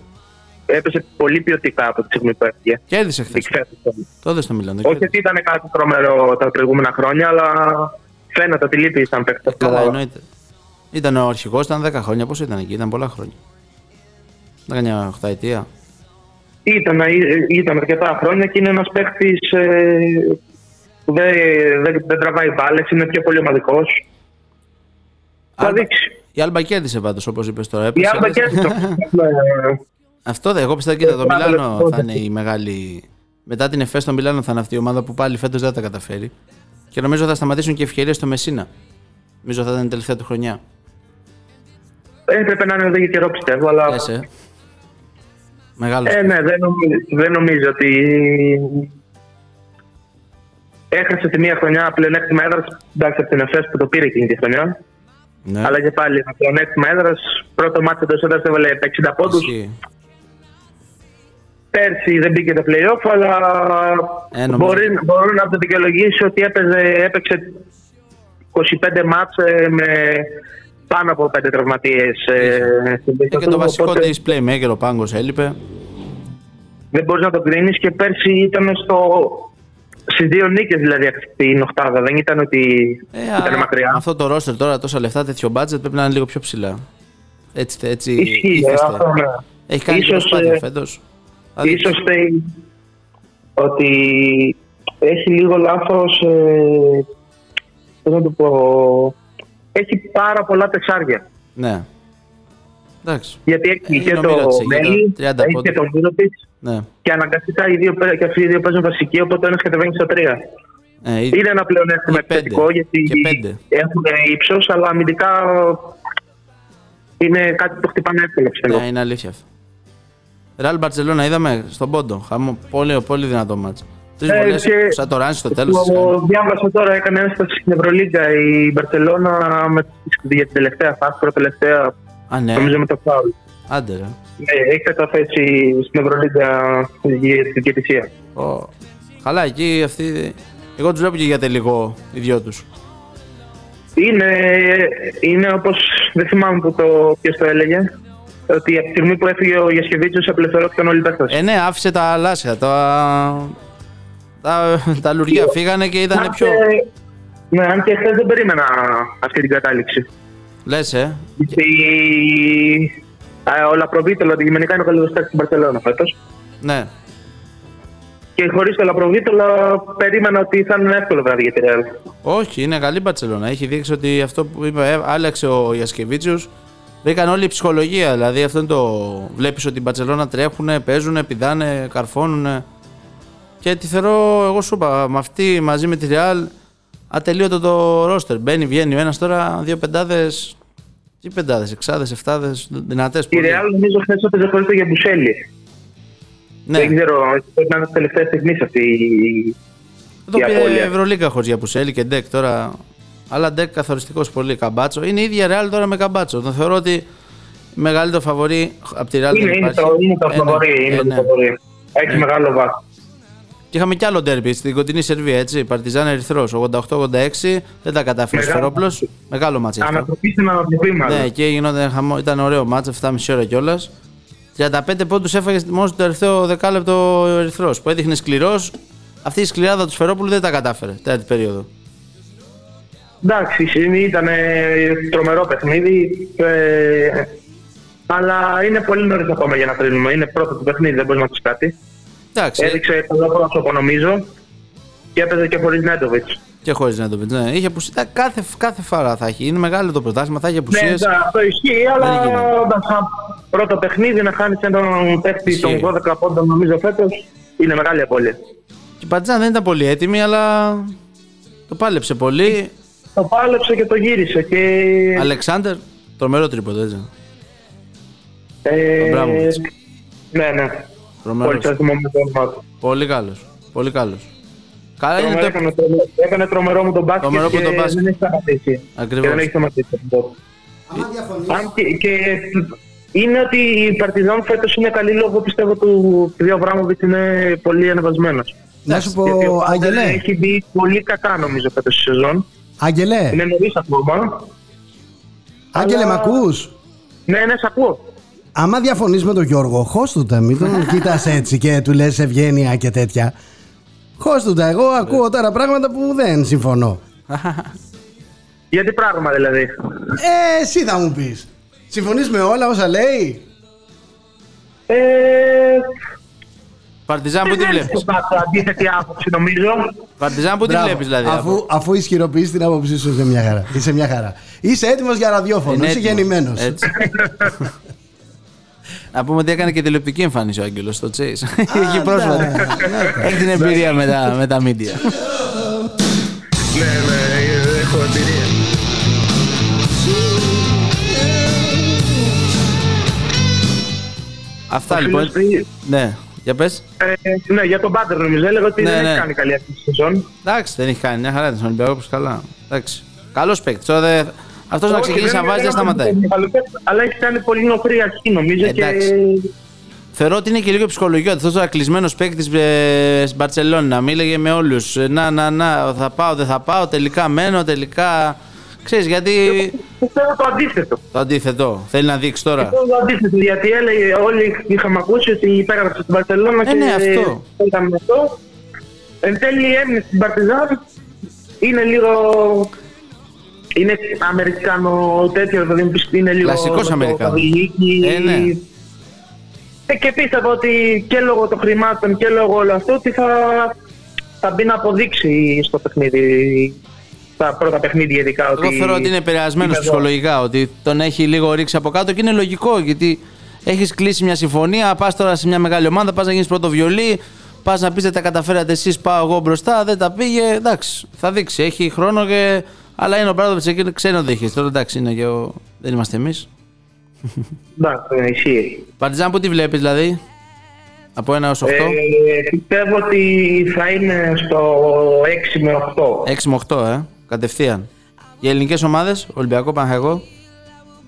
Speaker 1: έπεσε πολύ ποιοτικά από τη στιγμή που έφυγε.
Speaker 4: Κέρδισε χθες.
Speaker 1: Εξαιρετικά.
Speaker 4: Το είδε στο Μιλάνο.
Speaker 1: Όχι
Speaker 4: κέρδισε.
Speaker 1: ότι ήταν κάτι τρομερό τα προηγούμενα χρόνια, αλλά φαίνεται ότι λείπει σαν παίχτη.
Speaker 4: Ε, Καλά, εννοείται. Ήταν ο αρχηγός, ήταν 10 χρόνια. Πώς ήταν εκεί, ήταν πολλά χρόνια. Ήταν μια οχταετία.
Speaker 1: Ήταν, ε, ήταν αρκετά χρόνια και είναι ένας παίχτη που δεν, δεν, δεν τραβάει μπάλες, είναι πιο πολύ ομαδικός. Θα
Speaker 4: Άλμπα-
Speaker 1: δείξει.
Speaker 4: Η Άλμπα κέρδισε πάντως, όπως είπες τώρα.
Speaker 1: Η
Speaker 4: Έπεσε,
Speaker 1: Άλμπα και
Speaker 4: έπεσε.
Speaker 1: έτσι το. Ε,
Speaker 4: Αυτό δεν. Εγώ πιστεύω, κοίτα, το
Speaker 1: Ε,
Speaker 4: Μιλάνο
Speaker 1: ε,
Speaker 4: θα είναι η μεγάλη. Μετά την ΕΦΕ στο Μιλάνο θα είναι αυτή η ομάδα που πάλι φέτος δεν θα τα καταφέρει. Και νομίζω θα σταματήσουν και ευκαιρίες στο Μεσίνα. Νομίζω θα ήταν η τελευταία του χρονιά.
Speaker 1: Έπρεπε να είναι εδώ για καιρό πιστεύω, αλλά.
Speaker 4: Έσε. Μεγάλος.
Speaker 1: Ε, ναι, δεν νομίζω, δεν νομίζω ότι. Έχασε τη μία χρονιά πλεονέκτημα έδρας. Εντάξει, από την ΕΦΕΣ που το πήρε εκείνη τη χρονιά.
Speaker 4: ναι.
Speaker 1: Αλλά και πάλι ένα πλεονέκτημα έδρας. Πρώτο μάτι εντός έδρας έβαλε 60 πόντους.
Speaker 4: Ισχύει.
Speaker 1: Πέρσι δεν μπήκε το playoff, αλλά
Speaker 4: Ε, νομίζω-
Speaker 1: μπορεί, μπορώ να το δικαιολογήσει ότι έπαιζε, έπαιξε 25 μάτς ε, με πάνω από 5 τραυματίες. Ε, στην πίστα
Speaker 4: Ε, Και το
Speaker 1: του,
Speaker 4: βασικό
Speaker 1: οπότε-
Speaker 4: τη playmaker ο Πάγκος έλειπε.
Speaker 1: δεν μπορείς να το κρίνεις και πέρσι ήταν στο. Στις δύο νίκες δηλαδή αυτή την οχτάδα. Δεν ήταν ότι ήταν
Speaker 4: Ε, αλλά
Speaker 1: μακριά.
Speaker 4: Αυτό το roster τώρα, τόσα λεφτά, τέτοιο budget πρέπει να είναι λίγο πιο ψηλά. Έτσι, έτσι
Speaker 1: Ισχύει ε,
Speaker 4: ήθεστε.
Speaker 1: αυτό. Ναι.
Speaker 4: Έχει κάνει
Speaker 1: Ίσως,
Speaker 4: ίσως, προσπάθεια
Speaker 1: ε,
Speaker 4: φέτος.
Speaker 1: Ίσως θέλει ότι έχει λίγο λάθος, Ε, πώς να το πω. Έχει πάρα πολλά τεσσάρια.
Speaker 4: Ναι. Εντάξει.
Speaker 1: Γιατί έχει
Speaker 4: Ε, Είναι
Speaker 1: και
Speaker 4: ο
Speaker 1: το
Speaker 4: Μύρο της εκεί,
Speaker 1: Μέλι,
Speaker 4: τα 30
Speaker 1: έχει και
Speaker 4: πόντους.
Speaker 1: το Μύρο της
Speaker 4: Ναι.
Speaker 1: και αναγκαστικά οι δύο, παί- και αυτοί οι δύο παίζουν βασική, οπότε ένας κατεβαίνει στα τρία.
Speaker 4: Ε, ή-
Speaker 1: Είναι ένα πλεονέκτημα
Speaker 4: Και πέντε.
Speaker 1: επιθετικό γιατί
Speaker 4: Και πέντε.
Speaker 1: έχουν ύψος, αλλά αμυντικά είναι κάτι που χτυπάνε εύκολα πιστεύω.
Speaker 4: ναι, είναι αλήθεια αυτό. Ραλ Μπαρτσελώνα, είδαμε στον Πόντο. Χαμό, πολύ, πολύ δυνατό μάτς. Τρεις βολέ
Speaker 1: Ε, και-
Speaker 4: σαν το Ράνι στο τέλος.
Speaker 1: Το διάβασα τώρα, έκανε ένσταση στην Ευρωλίγκα η Μπαρσελόνα με, για την τελευταία φάση, προτελευταία,
Speaker 4: Α, ναι.
Speaker 1: νομίζω με το φάουλ.
Speaker 4: Άντε, ρε.
Speaker 1: Ναι, έχει καταθέσει στην Ευρωλίγκα για την διαιτησία.
Speaker 4: Ω. Καλά, εκεί αυτοί. Εγώ τους βλέπω και για τελικό, οι δυο τους.
Speaker 1: Είναι, είναι όπως. Δεν θυμάμαι που το, ποιος το έλεγε. Ότι από τη στιγμή που έφυγε ο Γιασκεβίτσιος, απελευθερώθηκαν όλοι οι παίχτε.
Speaker 4: Ε, ναι, άφησε τα λάσια. Τα, τα, τα λουριά φύγανε και ήταν πιο.
Speaker 1: Ναι, αν και χθες δεν περίμενα αυτή την κατάληξη.
Speaker 4: Λες, ε.
Speaker 1: Γιατί ε, ο Λαπροβίτολο αντικειμενικά είναι ο καλύτερος παίκτης στην Παρσελόνα φέτος.
Speaker 4: Ναι.
Speaker 1: Και χωρίς το Λαπροβίτολο περίμενα ότι θα είναι ένα εύκολο βράδυ για τη Ρεάλ.
Speaker 4: Όχι, είναι καλή Μπαρσελόνα. Έχει δείξει ότι αυτό που είπε, ε, άλλαξε ο Ιασκεβίτσιο. Βρήκαν όλη η ψυχολογία. Δηλαδή, αυτό είναι το. Βλέπεις ότι η Μπαρσελόνα τρέχουν, παίζουν, πηδάνε, καρφώνουν. Και τη θεωρώ, εγώ σου είπα, με αυτή μαζί με τη Ρεάλ ατελείωτο το ρόστερ. Μπαίνει, βγαίνει ο ένας τώρα, δύο πεντάδες. Τι πεντάδες, εξάδες, εφτάδες, δυνατές
Speaker 1: Η Ρεάλ νομίζω χθες έπαιζε χωρί το Γιαμπουσέλη.
Speaker 4: Ναι,
Speaker 1: Δεν ξέρω, πρέπει να είναι τη τελευταία στιγμή αυτή η-
Speaker 4: εδώ
Speaker 1: η
Speaker 4: πήρε
Speaker 1: απώλεια.
Speaker 4: Ευρωλίγκα χωρί για Πουσέλη και Ντεκ τώρα. Αλλά Ντεκ καθοριστικός πολύ. Καμπάτσο. Είναι η ίδια Ρεάλ τώρα με Καμπάτσο. Τον θεωρώ ότι μεγαλύτερο φαβορή από τη Ρεάλ. δεν
Speaker 1: Είναι, είναι
Speaker 4: υπάρχει.
Speaker 1: το, είναι το
Speaker 4: Ε, ναι,
Speaker 1: φαβορί.
Speaker 4: ε,
Speaker 1: Είναι το
Speaker 4: ναι.
Speaker 1: φαβορί. Έχει μεγάλο βάθος.
Speaker 4: Και είχαμε κι άλλο ντέρμπι στην κοντινή Σερβία, έτσι. Παρτιζάν Ερυθρός 88-86. Δεν τα κατάφερε
Speaker 1: Μεγάλο
Speaker 4: Σφερόπλο. Μεγάλο μάτσο. αυτό.
Speaker 1: Ανατροπή στην ανατροπή μάλλον.
Speaker 4: Ναι, εκεί γινόταν χαμό. Ήταν ωραίο μάτσο, 7,5 ώρα κιόλας. 35 πόντους έφαγες μόνος στο τελευταίο δεκάλεπτο ο Ερυθρός που έδειχνε σκληρός. Αυτή η σκληράδα του Σφερόπουλου δεν τα κατάφερε τέταρτη περίοδο.
Speaker 1: Εντάξει, ήταν τρομερό παιχνίδι. ε, αλλά είναι πολύ νωρίς ακόμα για να κρίνουμε. Είναι πρώτο του παιχνίδι, δεν μπορεί να πεις κάτι.
Speaker 4: Εντάξει.
Speaker 1: Έδειξε καλό πρόσωπο νομίζω και έπαιζε και χωρίς Νέντοβιτ.
Speaker 4: Και χωρίς να το πει. Ναι, είχε απουσία. τα- Κάθε, κάθε φορά θα έχει. Είναι μεγάλο το πρωτάθλημα, θα έχει
Speaker 1: Ναι,
Speaker 4: απουσίες.
Speaker 1: εντάξει, αυτό ισχύει, αλλά
Speaker 4: Δεν γίνεται.
Speaker 1: εντάξει, σαν πρώτο παιχνίδι να χάνεις έναν παίχτη
Speaker 4: Ισχύει.
Speaker 1: των 12 πόντων νομίζω φέτος είναι μεγάλη απώλεια.
Speaker 4: Και η Παρτιζάν δεν ήταν πολύ έτοιμη, αλλά το πάλεψε
Speaker 1: Ε,
Speaker 4: πολύ.
Speaker 1: Το πάλεψε και το γύρισε. Και...
Speaker 4: Αλεξάνδρ, τρομερό τρίποντο, έτσι.
Speaker 1: ε,
Speaker 4: Μπράβο.
Speaker 1: ναι, ναι. Πολύ
Speaker 4: Τρομερός.
Speaker 1: θα θυμόμαι το όνομα του.
Speaker 4: Πολύ καλός. Πολύ καλός. Καλά είναι
Speaker 1: Τρομερό,
Speaker 4: το.
Speaker 1: έκανε, τρομε- έκανε τρομερό μου τον μπάσκετ
Speaker 4: Τρομερό που
Speaker 1: και
Speaker 4: τον μπάσκετ.
Speaker 1: δεν έχει σταματήσει.
Speaker 4: Ακριβώς.
Speaker 1: Και δεν έχει σταματήσει.
Speaker 3: Άμα διαφωνείς,
Speaker 1: Αν και, και είναι ότι η Παρτιζάν φέτος είναι καλή λόγω πιστεύω του κ. Αβράμοβιτ είναι πολύ ανεβασμένος.
Speaker 3: να σου
Speaker 1: Γιατί ο
Speaker 3: πω,
Speaker 1: Πάτερ
Speaker 3: Άγγελε,
Speaker 1: Έχει μπει πολύ κακά νομίζω φέτος στη σεζόν.
Speaker 4: Ε.
Speaker 3: Άγγελε,
Speaker 1: Είναι νωρίς ακόμα.
Speaker 3: Άγγελε, μ'
Speaker 1: Ναι, αλλά-
Speaker 3: ακούς?
Speaker 1: Ναι, ναι, σ' ακούω.
Speaker 3: Άμα διαφωνείς με τον Γιώργο, χώστουτα. Μην τον κοιτάς έτσι και του λες ευγένεια και τέτοια. Χώστουτα. Εγώ
Speaker 4: Ναι.
Speaker 3: ακούω τώρα πράγματα που δεν συμφωνώ.
Speaker 1: Για τι πράγμα δηλαδή.
Speaker 3: Ε, εσύ θα μου πεις. Συμφωνείς με όλα όσα λέει.
Speaker 1: Ε,
Speaker 4: Παρτιζάν, πού τη
Speaker 1: δεν
Speaker 4: βλέπεις.
Speaker 1: έχω κάποια αντίθετη άποψη νομίζω.
Speaker 4: Παρτιζάν, πού τη
Speaker 3: Μπράβο.
Speaker 4: βλέπεις, δηλαδή. από-
Speaker 3: Αφού, αφού ισχυροποιείς την άποψή σου, είσαι μια χαρά. Είσαι, μια χαρά. είσαι έτοιμος για ραδιόφωνο.
Speaker 4: Είναι
Speaker 3: Είσαι
Speaker 4: έτοιμος.
Speaker 3: γεννημένος.
Speaker 4: Έτσι. Να πούμε ότι έκανε και τηλεοπτική εμφάνιση ο Άγγελος στο Chase. Έχει πρόσφατα.
Speaker 3: Ναι.
Speaker 4: Έχει την εμπειρία με τα- με τα μίντια.
Speaker 1: ναι, ναι, έχω εμπειρία.
Speaker 4: Αυτά
Speaker 1: Ο
Speaker 4: λοιπόν.
Speaker 1: φίλος
Speaker 4: Ναι, για πες.
Speaker 1: Ε, ναι, για τον Πάντερ νομίζω. Έλεγα ότι
Speaker 4: Ναι,
Speaker 1: δεν
Speaker 4: ναι.
Speaker 1: έχει κάνει καλή αυτή τη σεζόν.
Speaker 4: Εντάξει, δεν έχει κάνει μια χαρά ήταν στον Ολυμπιακό όπως καλά. Εντάξει. Καλός παίκτη. Τώρα δεν- Αυτός να
Speaker 1: Όχι,
Speaker 4: ξεκινήσει
Speaker 1: δεν
Speaker 4: να βάζει
Speaker 1: είναι
Speaker 4: δεν σταματάει.
Speaker 1: ένας καλός παίκτης, Αλλά έχει κάνει πολύ νοφρή αρχή νομίζω. Και...
Speaker 4: Εντάξει. Θεωρώ ότι είναι και λίγο ψυχολογικό. Αυτός ο κλεισμένο παίκτης ε, στην Παρσελόνα μίλεγε με όλους. Να, να, να, θα πάω, δεν θα πάω. Τελικά μένω, τελικά. Ξέρεις γιατί.
Speaker 1: Ε, Πιστεύω το αντίθετο.
Speaker 4: Το αντίθετο. Θέλει να δείξει τώρα.
Speaker 1: Πιστεύω το αντίθετο. Γιατί έλεγε, όλοι είχαμε ακούσει ότι υπέγραψε στην Παρσελόνα
Speaker 4: Ε,
Speaker 1: και
Speaker 4: ναι, αυτό.
Speaker 1: ήταν αυτό. Εν τέλει έμεινε στην Παρτιζάν. Είναι λίγο. Είναι Αμερικάνο τέτοιο, δηλαδή μου πεις, είναι λίγο.
Speaker 4: Κλασικός
Speaker 1: με το
Speaker 4: Αμερικάνος.
Speaker 1: Παυλίκι.
Speaker 4: Ε, ναι.
Speaker 1: Ε, Και πίστευα ότι και λόγω των χρημάτων και λόγω όλου αυτού ότι θα, θα μπει να αποδείξει στο παιχνίδι. Τα πρώτα παιχνίδια ειδικά.
Speaker 4: Εγώ θεωρώ ότι είναι επηρεασμένο
Speaker 1: εδώ.
Speaker 4: ψυχολογικά, ότι τον έχει λίγο ρίξει από κάτω και είναι λογικό γιατί έχεις κλείσει μια συμφωνία. Πας τώρα σε μια μεγάλη ομάδα, πας να γίνεις πρώτο βιολί, πας να πεις δεν τα καταφέρατε εσείς, πάω εγώ μπροστά, δεν τα πήγε. Εντάξει, θα δείξει. Έχει χρόνο και. Αλλά είναι ο Μπράδοβιτ εκεί, ξένο δείχνεις. Τώρα εντάξει, είναι και ο... δεν είμαστε εμείς.
Speaker 1: Εντάξει, ναι, ισχύει.
Speaker 4: Παρτιζάν, που τη βλέπεις δηλαδή. Από 1 έως 8.
Speaker 1: Ε, πιστεύω ότι θα είναι στο 6 με 8.
Speaker 4: 6 με 8, ε. Κατευθείαν. Οι ελληνικές ομάδες, Ολυμπιακό Παναγιακό.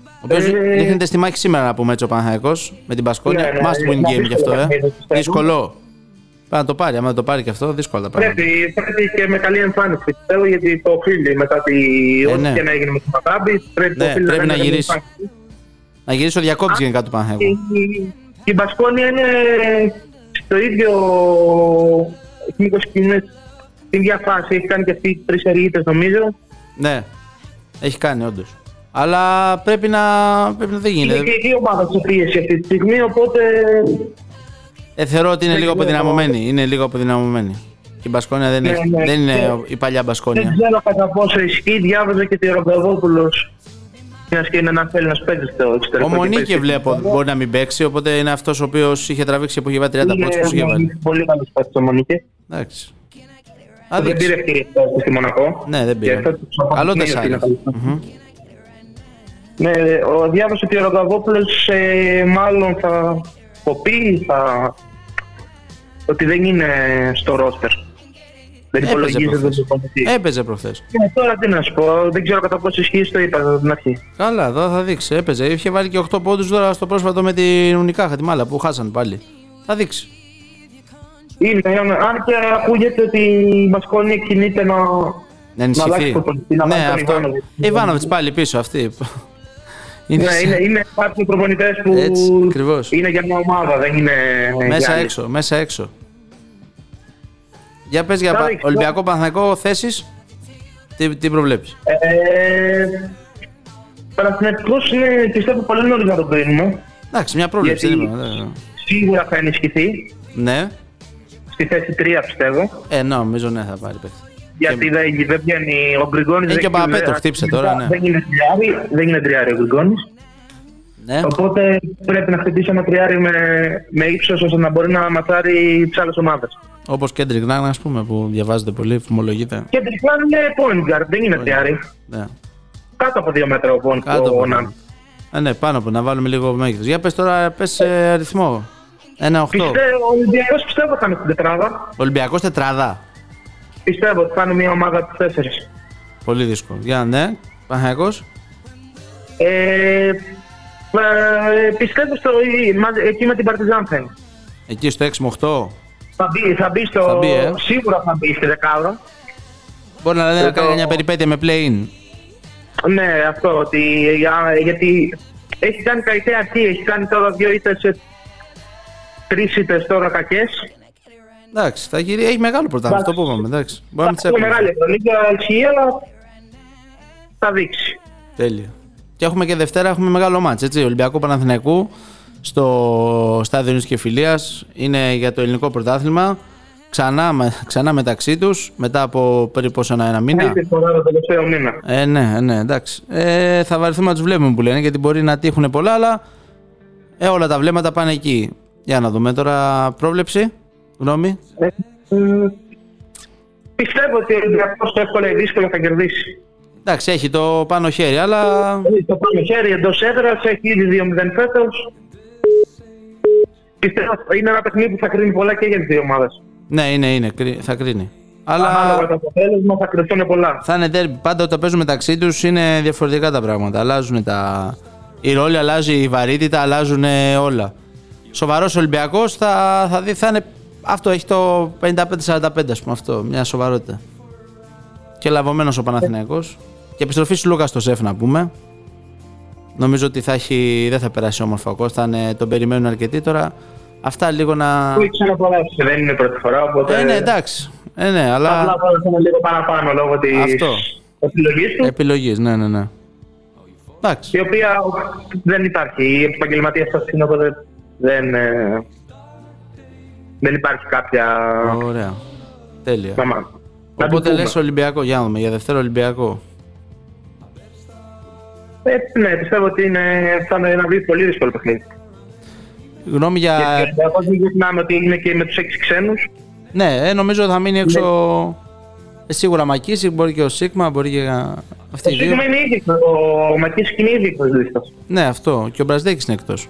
Speaker 4: Ο οποίος
Speaker 1: Ε,
Speaker 4: δείχνεται στη μάχη σήμερα να πούμε έτσι ο Παναγιακό με την Πασκόνια.
Speaker 1: Ναι, ναι,
Speaker 4: Must win
Speaker 1: είναι
Speaker 4: game γι' αυτό, ε.
Speaker 1: δύσκολο παιχνίδι,
Speaker 4: Δύσκολο. Πρέπει να το πάρει. Άμα δεν το πάρει και αυτό, δύσκολα τα πράγματα.
Speaker 1: Πρέπει, πρέπει και με καλή εμφάνιση πιστεύω γιατί το οφείλει μετά τη.
Speaker 4: Ε,
Speaker 1: ό,τι
Speaker 4: ναι.
Speaker 1: και να έγινε με τη Μακάμπη, πρέπει,
Speaker 4: Ναι,
Speaker 1: το οφείλει
Speaker 4: πρέπει
Speaker 1: κάνει
Speaker 4: να
Speaker 1: καλή
Speaker 4: γυρίσει.
Speaker 1: εμφάνιση.
Speaker 4: Να γυρίσει ο διακόπτη γενικά του
Speaker 1: Ε.
Speaker 4: Παναγιακού.
Speaker 1: Η- Η Μπασκόνια είναι στο ίδιο μήκο κοινέ. Στην ίδια φάση έχει κάνει και αυτή τρεις ερείτες νομίζω.
Speaker 4: Ναι, έχει κάνει όντως. Αλλά πρέπει να, πρέπει να δεν
Speaker 1: Είναι
Speaker 4: γίνεται.
Speaker 1: και οι δύο ομάδες σε πίεση αυτή τη στιγμή, οπότε
Speaker 4: Ε, θεωρώ ότι είναι
Speaker 1: Δεν
Speaker 4: λίγο
Speaker 1: ξέρω.
Speaker 4: αποδυναμωμένη. Είναι λίγο αποδυναμωμένη. Και η Μπασκόνια δεν,
Speaker 1: Ναι,
Speaker 4: έχει-
Speaker 1: ναι,
Speaker 4: δεν
Speaker 1: ναι.
Speaker 4: είναι η παλιά Μπασκόνια.
Speaker 1: δεν ξέρω κατά πόσο ισχύει. Διάβαζα και τη Ρομπεδόπουλο. Μιας και είναι ένας Έλληνας παίκτης στο
Speaker 4: Ο
Speaker 1: εξωτερικό.
Speaker 4: Μονίκε
Speaker 1: παίζει.
Speaker 4: βλέπω ότι μπορεί να μην παίξει, οπότε είναι αυτός ο οποίος είχε τραβήξει που είχε βάλει 30
Speaker 1: Είναι
Speaker 4: πόντους που είχε βάλει.
Speaker 1: Πολύ καλός παίκτης ο Μονίκε.
Speaker 4: Εντάξει.
Speaker 1: Δεν
Speaker 4: Άδειξε.
Speaker 1: πήρε ευκαιρία στο- στη Μονακό.
Speaker 4: Ναι, δεν
Speaker 1: Και
Speaker 4: πήρε.
Speaker 1: αυτό τους
Speaker 4: Καλό
Speaker 1: αποδεικνύει ότι είναι
Speaker 4: τεσάρι.
Speaker 1: καλός.
Speaker 4: Μμμ.
Speaker 1: Ναι, ο διάβασε ότι ο Ρογκαβόπουλο μάλλον θα κοπεί, θα... ότι δεν είναι στο ρόστερ. Δεν
Speaker 4: Έπαιζε
Speaker 1: υπολογίζεται
Speaker 4: προχθές. Ε,
Speaker 1: τον προπονητή.
Speaker 4: Έπαιζε προχθές.
Speaker 1: Ναι, τώρα τι να σου πω, δεν ξέρω κατά πόσο ισχύει, το είπα από την αρχή.
Speaker 4: Καλά, εδώ θα δείξει. Έπαιζε. Είχε βάλει και 8 πόντους τώρα στο πρόσφατο με την Ουνικά τη μάλα που χάσαν πάλι. Θα δείξει.
Speaker 1: Είναι, ναι, αν και ακούγεται ότι η Μπασκόνια κινείται να,
Speaker 4: Να
Speaker 1: να αλλάξει
Speaker 4: ενισχυθεί.
Speaker 1: προπονητή, να
Speaker 4: ναι,
Speaker 1: βάλει τον
Speaker 4: αυτό.
Speaker 1: Ιβάνοβιτς.
Speaker 4: Ιβάνοβιτ πάλι πίσω αυτή. Είναι
Speaker 1: Ναι,
Speaker 4: σαν-
Speaker 1: είναι, είναι κάποιοι προπονητές που
Speaker 4: Έτσι, ακριβώς.
Speaker 1: είναι για μια ομάδα, δεν είναι. για
Speaker 4: Μέσα
Speaker 1: άλλη.
Speaker 4: έξω, μέσα έξω. Για πες για
Speaker 1: Τώρα
Speaker 4: πα-
Speaker 1: έχει-
Speaker 4: Ολυμπιακό Παναθηναϊκό θέσεις, τι, τι προβλέπεις.
Speaker 1: Ε, Παναθηναϊκός είναι πιστεύω πολύ νωρίς να τον κρίνουμε.
Speaker 4: Εντάξει, μια πρόβλεψη.
Speaker 1: Γιατί-
Speaker 4: δεν είπαμε, δεν-
Speaker 1: Σίγουρα θα ενισχυθεί
Speaker 4: Ναι,
Speaker 1: στη θέση 3 πιστεύω.
Speaker 4: ε, νομίζω ναι θα πάρει παίχτη.
Speaker 1: Γιατί δεν, δεν βγαίνει ο Γκριγκόνης.
Speaker 4: Ε,
Speaker 1: δεν
Speaker 4: και ο Παπαπέτρου,
Speaker 1: δεν-
Speaker 4: χτύπησε τώρα, ναι.
Speaker 1: Δεν είναι τριάρι, δεν είναι τριάρι ο Γκριγκόνης.
Speaker 4: Ναι,
Speaker 1: Οπότε πρέπει να χτυπήσει ένα τριάρι με, με ύψος ώστε να μπορεί να ματσάρει τις άλλες ομάδες.
Speaker 4: όπως και Ντριγνάν ας πούμε που διαβάζεται πολύ, φημολογείται.
Speaker 1: Και τελικά είναι point guard, δεν είναι τριάρι.
Speaker 4: Ναι,
Speaker 1: Κάτω από 2 μέτρα ο point
Speaker 4: κάτω από
Speaker 1: ο Ναν.
Speaker 4: πάνω. Ε, ναι, πάνω από, να βάλουμε λίγο μέγεθος. Για πες τώρα, πες ε, αριθμό. 1-8.
Speaker 1: Πιστεύω, ο Ολυμπιακός πιστεύω θα είναι στην τετράδα.
Speaker 4: Ολυμπιακός τετράδα.
Speaker 1: Πιστεύω ότι θα είναι μια ομάδα της 4.
Speaker 4: Πολύ δύσκολο. Για ναι, Παναθηναϊκός.
Speaker 1: Ε, ε, πιστεύω στο, μα- εκεί με την Παρτιζάν θα είναι.
Speaker 4: Εκεί στο 6 με 8.
Speaker 1: Θα μπει, θα μπει στο,
Speaker 4: Θα μπει, ε.
Speaker 1: σίγουρα θα μπει στη δεκάδα.
Speaker 4: Μπορεί να, λέει, να
Speaker 1: Ε, το-
Speaker 4: κάνει μια περιπέτεια με play-in.
Speaker 1: Ναι, αυτό ότι, για- γιατί έχει κάνει καλή αρχή, έχει κάνει τώρα δύο ήττες, ε, τρεις ήττες τώρα κακές.
Speaker 4: Εντάξει, θα γυρίσει. Έχει μεγάλο πρωτάθλημα, το
Speaker 1: Εντάξει.
Speaker 4: πούμε. Εντάξει. Μπορεί να
Speaker 1: Θα
Speaker 4: μην τσέπουμε.
Speaker 1: είναι μεγάλη ευρωλίγκα ισχύει, αλλά θα δείξει.
Speaker 4: Τέλεια. Και έχουμε και Δευτέρα, έχουμε μεγάλο μάτς, έτσι, Ολυμπιακού Παναθηναϊκού στο στάδιο Νίκης και Φιλίας. Είναι για το ελληνικό πρωτάθλημα. Ξανά, με- ξανά μεταξύ τους, μετά από περίπου σαν ένα μήνα.
Speaker 1: Είτε φορά το τελευταίο μήνα.
Speaker 4: Ε, ναι, ναι, εντάξει. Ε, θα βαρεθούμε να τους βλέπουμε που λένε γιατί μπορεί να τύχουν πολλά, αλλά ε, όλα τα βλέμματα πάνε εκεί. Για να δούμε τώρα πρόβλεψη, γνώμη.
Speaker 1: Ε, ε, Πιστεύω ότι ο Ολυμπιακός εύκολα ή δύσκολα θα κερδίσει. Δηλαδή,
Speaker 4: Εντάξει, έχει το πάνω χέρι, αλλά
Speaker 1: Το πρώτο χέρι εντός έδρας έχει ήδη 2-0 φέτος. Πιστεύω είναι ένα παιχνίδι που θα κρίνει πολλά και για τις δύο ομάδες.
Speaker 4: Ναι, είναι, είναι. κρι- Θα κρίνει. Αλλά
Speaker 1: Ανάλογα το αποτέλεσμα θα κρυφθούν πολλά.
Speaker 4: θα είναι derby. Πάντα όταν παίζουν μεταξύ τους είναι διαφορετικά τα πράγματα. Αλλάζουν τα. Η ρόλη αλλάζει, η βαρύτητα αλλάζουν ε, όλα. Σοβαρός Ολυμπιακός θα, θα δει, θα είναι. Αυτό έχει το 55-45, ας πούμε αυτό. Μια σοβαρότητα. Και λαβωμένος ο Παναθηναϊκός. Και επιστροφή του Λούκας στο σεφ να πούμε. Νομίζω ότι θα έχει, δεν θα περάσει όμορφα ο Κώστας, είναι- τον περιμένουν αρκετοί τώρα. Αυτά λίγο να.
Speaker 1: Που έχει ξαναπολέσει, δεν είναι πρώτη φορά. Οπότε
Speaker 4: Ε, ναι, εντάξει. Ε, ναι, αλλά.
Speaker 1: απλά βάλαμε λίγο παραπάνω λόγω της
Speaker 4: Αυτό.
Speaker 1: επιλογής του.
Speaker 4: Επιλογής, ναι, ναι, ναι. Εντάξει.
Speaker 1: Η οποία δεν υπάρχει. Η επαγγελματία σας είναι οπότε δεν. ε, Δεν υπάρχει κάποια.
Speaker 4: Ωραία. Τέλεια.
Speaker 1: να μάθουμε. Να την
Speaker 4: Οπότε
Speaker 1: πούμε.
Speaker 4: λες Ολυμπιακό, για να δούμε, για Δευτέρα Ολυμπιακό.
Speaker 1: Ε, ναι, πιστεύω ότι είναι, θα είναι ένα πολύ δύσκολο παιχνίδι.
Speaker 4: Γνώμη για.
Speaker 1: Γιατί ο Ολυμπιακός μην ξεχνάμε ότι είναι και με τους έξι ξένους.
Speaker 4: Ναι, ε, νομίζω θα μείνει έξω.
Speaker 1: Ναι.
Speaker 4: Ε, σίγουρα Μακίση, μπορεί και ο Σίγμα, μπορεί και α, αυτοί
Speaker 1: Το
Speaker 4: οι δύο.
Speaker 1: σύντομα είναι ήδη, ο Μακής είναι ήδη εκτός λίστας.
Speaker 4: Ναι, αυτό. Και ο Μπραζδέκης είναι εκτός.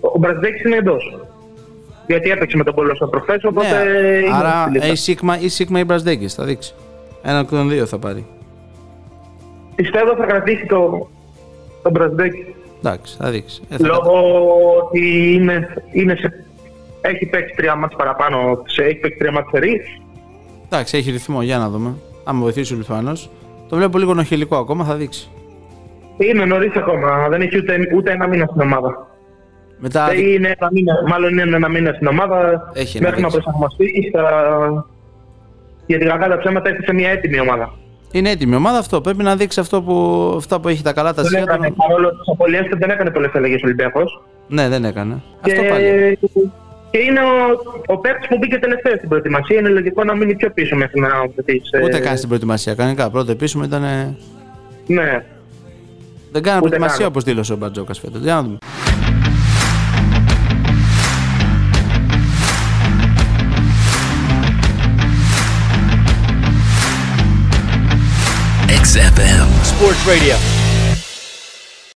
Speaker 1: Ο Μπραζδέκης είναι εντός. Γιατί έπαιξε με τον Πόλο σαν τροφέ, οπότε.
Speaker 4: Ναι,
Speaker 1: είναι
Speaker 4: άρα
Speaker 1: στη λίστα.
Speaker 4: η Σίγμα ή Σίγμα ή Μπραζδέγκη θα δείξει. Ένα από τον δύο θα πάρει.
Speaker 1: Πιστεύω θα κρατήσει το, τον Μπραζδέκη.
Speaker 4: Εντάξει, θα δείξει. Ε, θα
Speaker 1: Λόγω ότι είναι, είναι σε, έχει παίξει τρία μάτς παραπάνω, σε, έχει παίξει τρία μάτς σερί.
Speaker 4: κατα- Εντάξει, έχει ρυθμό, για να δούμε. Αν βοηθήσει ο Λιθουανός. Το βλέπω λίγο νοχελικό ακόμα, θα δείξει.
Speaker 1: Είναι νωρίς ακόμα, δεν έχει ούτε, ούτε ένα μήνα στην ομάδα.
Speaker 4: Μετά
Speaker 1: Ε, είναι ένα μήνα, μάλλον είναι ένα μήνα στην ομάδα.
Speaker 4: Έχει να
Speaker 1: μέχρι να
Speaker 4: δείξει.
Speaker 1: προσαρμοστεί. Θα... Γιατί κακά τα ψέματα έχει σε μια έτοιμη ομάδα.
Speaker 4: είναι έτοιμη η ομάδα αυτό. Πρέπει να δείξει αυτό που, αυτά που έχει τα καλά, τα
Speaker 1: Δεν
Speaker 4: σίγουρα.
Speaker 1: έκανε, παρόλο τι απολύε του, δεν έκανε πολλές αλλαγές ο Ολυμπιακός.
Speaker 4: Ναι, δεν έκανε.
Speaker 1: Και,
Speaker 4: Αυτό πάλι.
Speaker 1: και είναι ο, ο παίκτης που μπήκε τελευταίο στην προετοιμασία. Είναι λογικό να μείνει πιο πίσω μέχρι να ε, αποκτήσει.
Speaker 4: Ούτε καν στην προετοιμασία. Κανονικά, πρώτο επίσημο ήταν. ε,
Speaker 1: Ναι.
Speaker 4: Δεν κάνανε
Speaker 1: Ούτε
Speaker 4: προετοιμασία
Speaker 1: καν.
Speaker 4: όπως δήλωσε ο Μπατζόκας φέτος. Για να δούμε.
Speaker 6: XFM.
Speaker 7: Sports Radio.